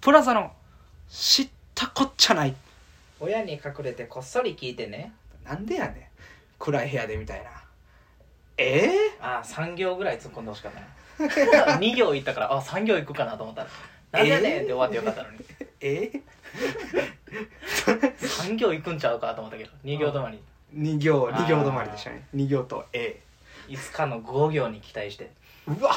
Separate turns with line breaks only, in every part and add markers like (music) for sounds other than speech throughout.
プラザの知ったこっちゃない
親に隠れてこっそり聞いてね
なんでやねん暗い部屋でみたいなえ
ああ3行ぐらい突っ込んでほしかった (laughs) な2行いったからあ三3行いくかなと思ったら「なんでやねん!」って終わってよかったのに
ー、えー、
3行いくんちゃうかと思ったけど2行止まり
2行二行止まりでしたね2行と A
いつかの5行に期待して
う (laughs) わ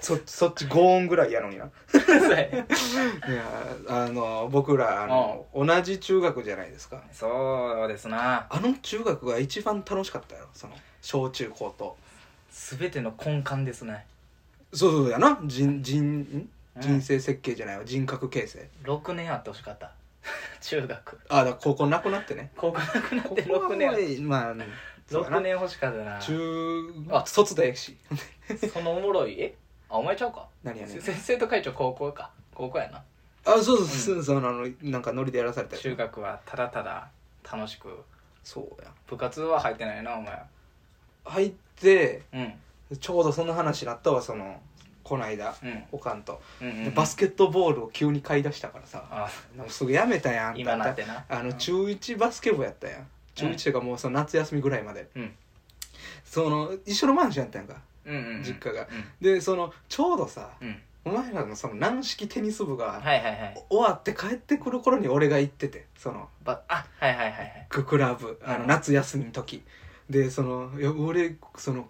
そそっち5音ぐらいやのになはいやあの僕らあの同じ中学じゃないですか
(laughs) そうですな
あの中学が一番楽しかったよその小中高と
全ての根幹ですね
そうそうやな人人ん
うん
人生設計じゃないわ人格形成
6年あってほしか (laughs) った中学
あだから高校なくなってね
高校なくなって
ここは
6年
まあそうやな
6年欲しかったな
中
あ
卒だし
そのおもろいえあお前ちゃうか
(laughs) 何やねん
せ先生と会長高校か高校やな
あそうそうそう、そのあのなんかノリでやらされたり
中学はただただ楽しく
そうや
部活は入ってないなお前
入って
うん
ちょうどそんな話になったわそのこないだ
うん
おかんと、
うんうん、
でバスケットボールを急に買い出したからさ
あ
なんかすぐやめたやん
今な
あ
っ
んた
てな
あの
うん
中1バスケ部やったやん中1というかもうその夏休みぐらいまで、
うん
その一緒のマンションやったやんか
うんうんうん
実家がでそのちょうどさ
うん、うん、
お前らのその軟式テニス部が
はいはいはい
終わって帰ってくる頃に俺が行っててその
ばあはいはいはいはい
ククラブあの
うん
夏休みの時でそのいや俺その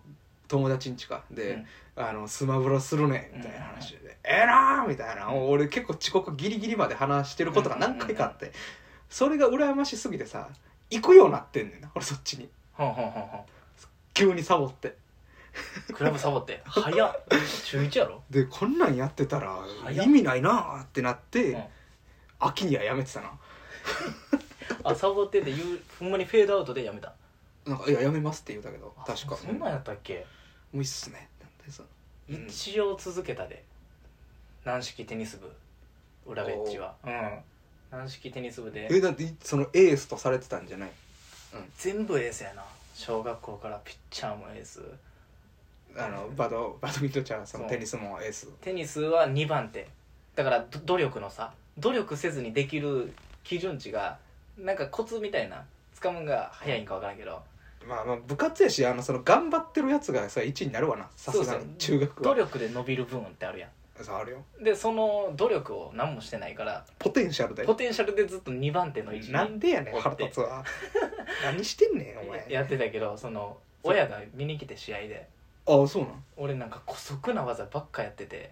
友達んちかで、あのスマブラするねみたいな話で「ええな!」みたいな俺結構遅刻ギリギリまで話してることが何回かあってそれが羨ましすぎてさ行くようになってんねんな俺そっちに
ほんほんほんほ
急にサボって
んクラブサボって早っ中1やろ
でこんなんやってたら
早っ
意味ないなってなって、
うん
秋にはやめてたな
あサボってて言うほんまにフェードアウトでやめた
なんか「いややめます」って言うたけど確か
そんなんやったっけ
もういいっすねなんでそのうん
一応続けたで軟式テニス部裏ベッジはうん軟式テニス部で
えだってそのエースとされてたんじゃない
全部エースやな小学校からピッチャーもエース
あのバドバドミントンちゃんその
そう
テニスもエース
テニスは2番手だからど努力の差努力せずにできる基準値がなんかコツみたいなつかむんが早いんか分からんけど
まあまあ部活やしあのその頑張ってるやつがさ1位になるわなさすが
そうそ
に
う
中学
努
は
力で伸びる分ってあるや
そうあるよ
んでその努力を何もしてないから
ポテンシャルだ
ポ
よ
テンシャルでずっと2番手の位置
な
に
んでやねん
おって
腹立つわ何してんねんお前
やってたけどその親が見に来て試合で
ああそうなん
俺なんか姑息な技ばっかやってて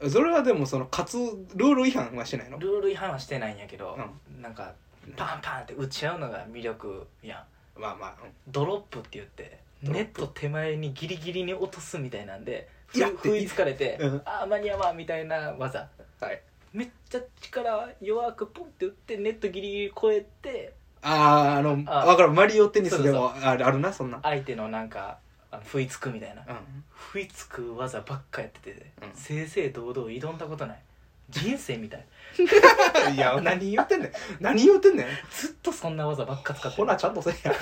えそれはでもその勝つルール違反はしないの
ルール違反はしてないんやけど、なんかパンパンって打ち合うのが魅力やん
まあまあうん
ドロップって言って
ドロ
ネ
ッ
ット手前にギリギリに落とすみたいなんでふ
やって
食いつかれて
うん
「ああ間に合わん」みたいな技
はい
めっちゃ力弱くポンって打ってネットギリギリ超えて
あああの
あ
わかるマリオテニスでもあるあるなそんな
相手のなんかあの不意つくみたいな
うん
不意つく技ばっかやってて、
うん
正々堂々挑んだことない人生みたい
いや何言ってんねん何言って
(laughs)
んねん
(laughs) ずっとそんな技ばっか使って
ほなちゃんとせえや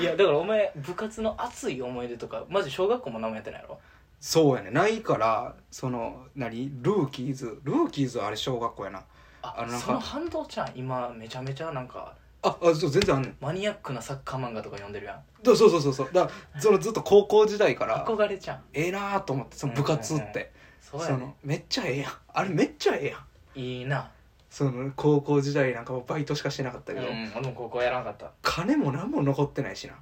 いやだからお前部活の熱い思い出とかマジ小学校も何もやってないやろ
そうやねないからその何ルーキーズルーキーズはあれ小学校やな
あ
あのなんか
その反動ちゃん今めちゃめちゃなんか
ああそう全然あんねん
マニアックなサッカー漫画とか読んでるやん
だそうそうそうそうだそのずっと高校時代から
憧れちゃん
ええなーと思ってその部活っ
うんうん
て、
そうや
そ
ね
のめっちゃええやんあれめっちゃええやん
いいな
その高校時代なんかもうバイトしかしてなかった
う
けど、
ん俺も高校やらなかった
金も何も残ってないしな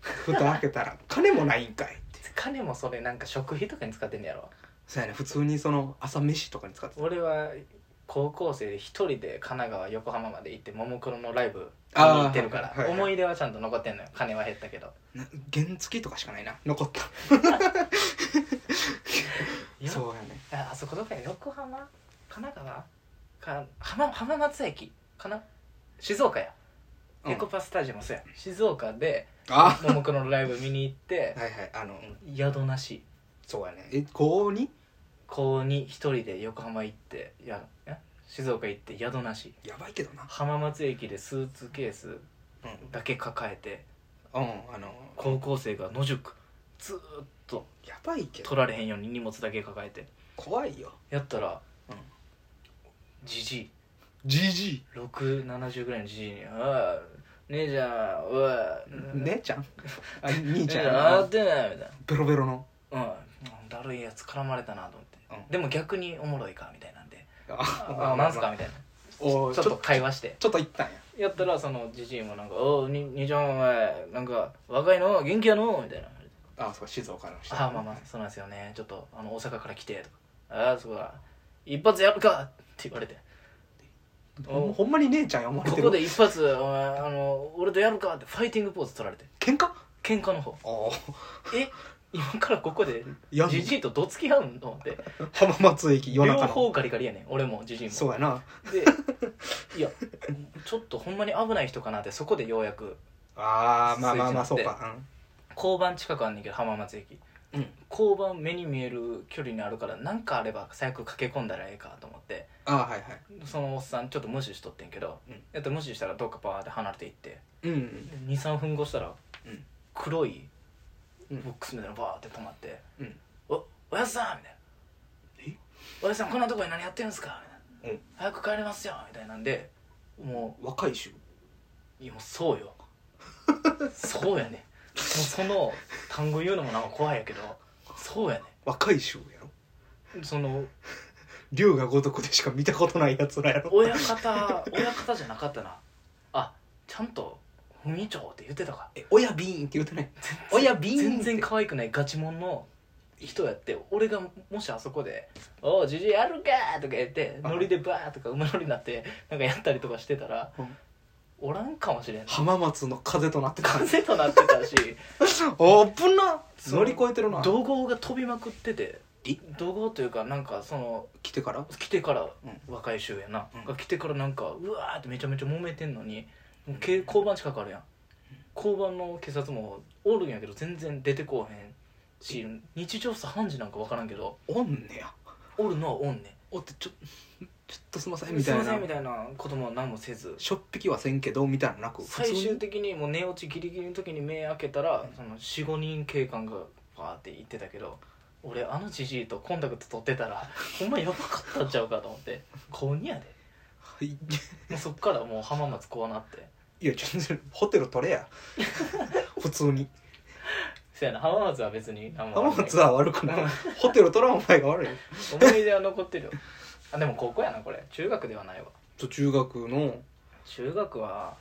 蓋開けたら (laughs) 金もないんかいって
金もそれなんか食費とかに使ってんねやろ
そうやね普通にその朝飯とかに使って
俺は高校生で一人で神奈川横浜まで行ってももクロのライブ見に
あー
行ってるから、
はいはいはい
思い出はちゃんと残ってんのよ金は減ったけど
たな原付とかしかないな残った
いや
そうやね
ああそこどこや横浜神奈川か浜浜松駅かな静岡や
うん
エコパスタジアムそうや静岡で
あ
ももクロのライブ見に行って
あ (laughs) はいはいあの、
宿なし
そうやねえ高 2?
高2一人で横浜行ってやえ静岡行って宿なし
やばいけどな
浜松駅でスーツケース
うん、
だけ抱えて
うん、あの
高校生が野宿ずーっと
やばいけど
取られへんように荷物だけ抱えて
怖いよ
やったらじじい
じじい
670ぐらいのじじいに「ああ姉ちゃんおい
姉ちゃ (laughs) んあ
姉
兄
ち
ち
ゃんあ
ゃ
ー
ん
ってない」みたい
ベロベロの
な「うんだるいやつ絡まれたな」と思
う
って
ん
でも逆におもろいかみたいなんで「
あ
あなんすか?」みたいな
おー
ちょっと会話して
ちょっと行ったんや
やったらそのじじいもなんか「おうに兄ちゃんお前なんか若いの元気やの?」みたいな
あそう静岡の
「
人
ああまあまあそうなんですよねちょっとあの大阪から来て」とか「ああそうか一発やるか!」って言われて「
ほん
お
ほんまに姉ちゃんや思われ
こ
て
こ
る
で一発お前あの俺とやるか!」ってファイティングポーズ取られて
喧嘩あ
喧嘩の方
あ
え今からここで
や
じじいとどつき合うんと思って
(laughs) 浜松駅
両
夜中
方
の
ガリガリやねん俺もじじいも
そうやな
でいやちょっとほんまに危ない人かなってそこでようやく
ああまあまあまあ
スイ
そ
ッ
う
チ持って
か
交番近くあんねんけど浜松駅
うんうん
交番目に見える距離にあるから何かあれば最悪駆け込んだらええかと思って
ああはいはい
そのおっさんちょっと無視しとってんけど、
うん
やったら無視したらどっかバーって離れていって
うん
23分後したら
うん
黒い
う
ボ
ん
ックスみたいなのバーって止まって
うん
「おおやつさん!」みたいな
え
「おやつさんこんなとこに何やってるんですか?」みたいな、
うん
早く帰りますよ」みたいなんでも
若い衆
う「いやもうそ
(laughs)
うよそうやねもうその単語言うのもなんか怖いやけどそうやね
若い衆やろ
その
龍が如くでしか見たことないやつらやろ
親方親方じゃなかったなあちゃんと「ふみちょ」って言ってたか
え親ビーンって言ってない親ビーンって
全然可愛くないガチモンの人やって俺がもしあそこで「おうじじいやるか!」とか言ってノリでバーとか馬乗りになってなんかやったりとかしてたら、
うん
おらんかもしれん
浜松の風となってた
風となって
(laughs)
たし
おっぶな
そう
乗り越えてるな
怒号が飛びまくってて
え
怒号というかなんかその
来てから
来てから、
う
若い衆やな、
うん
が来てからなんかうわーってめちゃめちゃ揉めてんのにもうけ交番近くあるやん交番の警察もおるんやけど全然出てこうへんし日常茶飯事なんか分からんけど
おんねや
おるのはおんね
おってちょちょっとすいません
ん
み
す
た
い
い
ま
な
せんみたいなことも何もせず
しょっぴきはせんけどみたいなのなく普通
最終
に
的にもう寝落ちギリギリの時に目開けたらその45人警官がバーって行ってたけど俺あのじじいとコンタクト取って
(laughs)
たらほんまやばかったんちゃうかと思って高にやで
はいい
もうそっからもう浜松こうなって
や全然ホテル取れや普通に
そうやな浜松は別に何も
浜
悪い
松は悪くないホテル取らんお前が悪い
思い出は残ってるよ (laughs) あでも高校やなこれ中学ではないわ
と中学の
中学は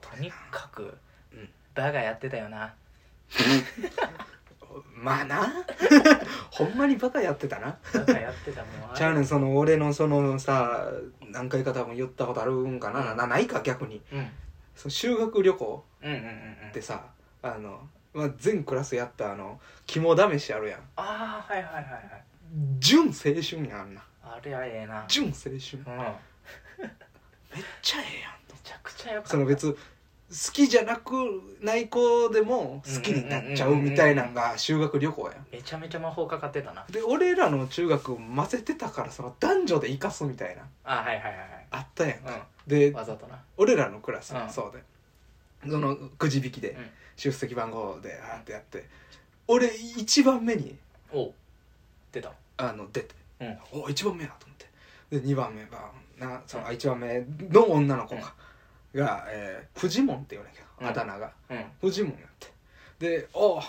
とにかく
うん
バカやってたよな
まあなほんまにバカやってたな
バカやってたもんあ
ちゃう
れ
ねんその俺のそのさ何回か多分言ったことあるんかな、
うん
なないか逆に
うん
その修学旅行
うんうんうんうん
ってさあの、まあ、全クラスやったあの肝試しあるやん
ああはいはいはいはい
純青春やんあんな
あれはええな
純青春めっ
うんめ
ちゃええやんと
ちゃくちゃよかった
その別好きじゃなくない子でも好きになっちゃうみたいなんが修学旅行やん
めちゃめちゃ魔法かかってたな
で俺らの中学混ぜてたからその男女で生かすみたいな
あはいはいはい
あったやん
はい
か、で
うんわざとな
俺らのクラス
うん
そうでそのくじ引きで
うん
出席番号であーってやって俺一番目に
おう出た
あの出て、
うん
お一番目やと思ってで2番目がなその1番目の女の子が,、がえーフジモンって言うねんけ
うん
どあだ名が、
うん
フジモンやってで「おう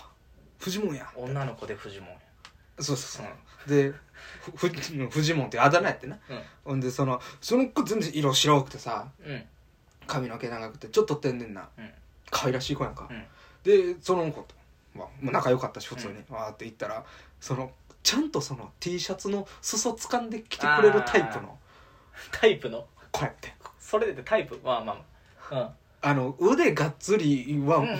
フジモンや
女の子でフジモンや」
そうそうそう、でふふフジモンっていうあだ名やってなほんでそのその子全然色白くてさ
うんうん
髪の毛長くてちょっと天然な
うん
可愛らしい子やんか、
うん
でその子と、まあ、もう仲良かったし普通に、わーって行ったらそのちゃんとその T シャツの裾掴んできてくれるタイプの
タイプの
こうやって
それでタイプまあまあまあうん
あの腕がっつりは、
うんうんうん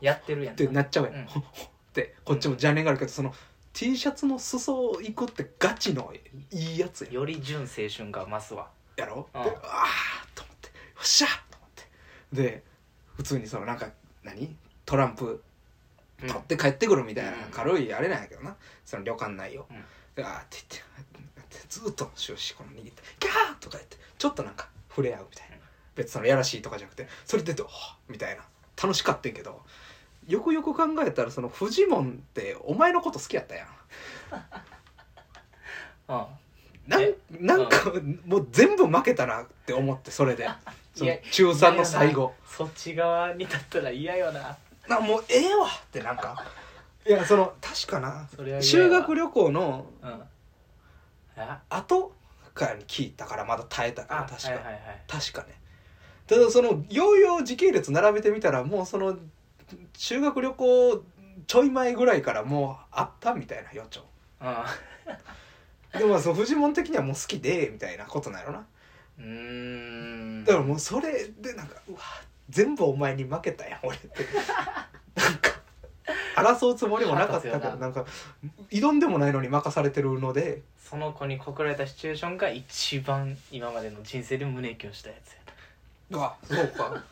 やってるやん
ってなっちゃうやん、
うん
ほほってこっちも邪念があるけどその T シャツの裾をいくってガチのいいやつやん
より純青春が増すわ
やろ、
うん
でうわーと思ってよっしゃーと思ってで普通にそのなんか何トランプ
うん
取って帰ってくるみたいな
うん
軽いあれなんやけどなその旅館内を、
うん
であーって言ってずっと終始この握って「キャー!」とか言ってちょっとなんか触れ合うみたいな
うん
別にそのやらしいとかじゃなくてそれ出て「おーみたいな楽しかったんけどよくよく考えたらそのフジモンってお前のこと好きやったやん
うん
なん
え
なんかもう全部負けたなって思ってそ
(laughs)
れでその中3の最後
そっち側に立ったら嫌よな
なもうええわってなんかいやその確かな
それは嫌や
修
わ
学旅行の
うんあ
後からに聞いたからまだ耐えたから
あ
確か、
はいはいはい
確かねただそのヨーヨー時系列並べてみたらもうその修学旅行ちょい前ぐらいからもうあったみたいな予兆
あ
でもそのフジモン的にはもう好きでみたいなことなのな
うーん
だからもうそれでなんかうわ全部お前に負けたやん俺ってなんか争うつもりもなかったけ
腹
ど
立つよな
なんか挑んでもないのに任されてるので
その子に告られたシチュエーションが一番今までの人生で胸キュンしたやつや
うわそうか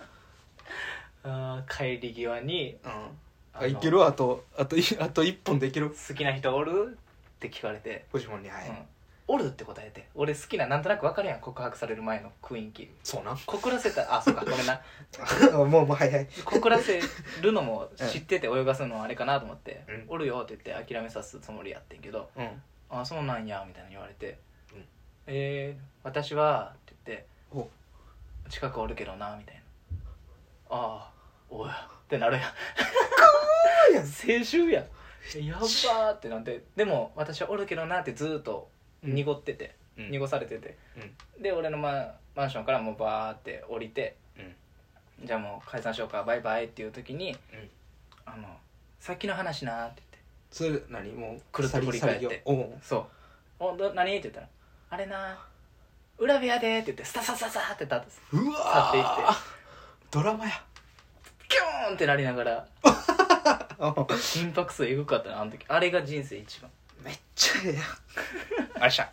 あー帰り際に
うん
「
あい
の
けるあとあとい (laughs) あと1本でいける
好きな人おる?」って聞かれて
フジモンに
「
はい、
うん、おる?」って答えて俺好きななんとなく分かるやん告白される前の雰囲気
そう (laughs) な
告らせたあそうかごめんな
もうもうはいはい
告らせるのも知ってて泳がすのはあれかなと思って「
うん
おるよ」って言って諦めさすつもりやってんけど
うん
「あそうなんや」みたいな言われて「
うん
えー、私は」って言って
お
「近くおるけどな」みたいな「ああおや」ってなるやん
やん
青春やんやばーってなんででも私はおるけどなってずーっと濁ってて、
うん
濁されてて、で俺の、ま、マンションからもうバーって降りて
うん
じゃあもう解散しようかバイバイっていう時に
うん
「あのさっきの話な」って言っ
それ何もう
くるっと振り返っ
さぎ
て
をおう
て「そうおど何?」って言ったら「あれな裏部屋で」って言ってスタサササって立って
うわ
去っていって
ドラマや
キューンってなりながら
おう
心拍数エグかったなあの時あれが人生一番
めっちゃええやんあっしゃ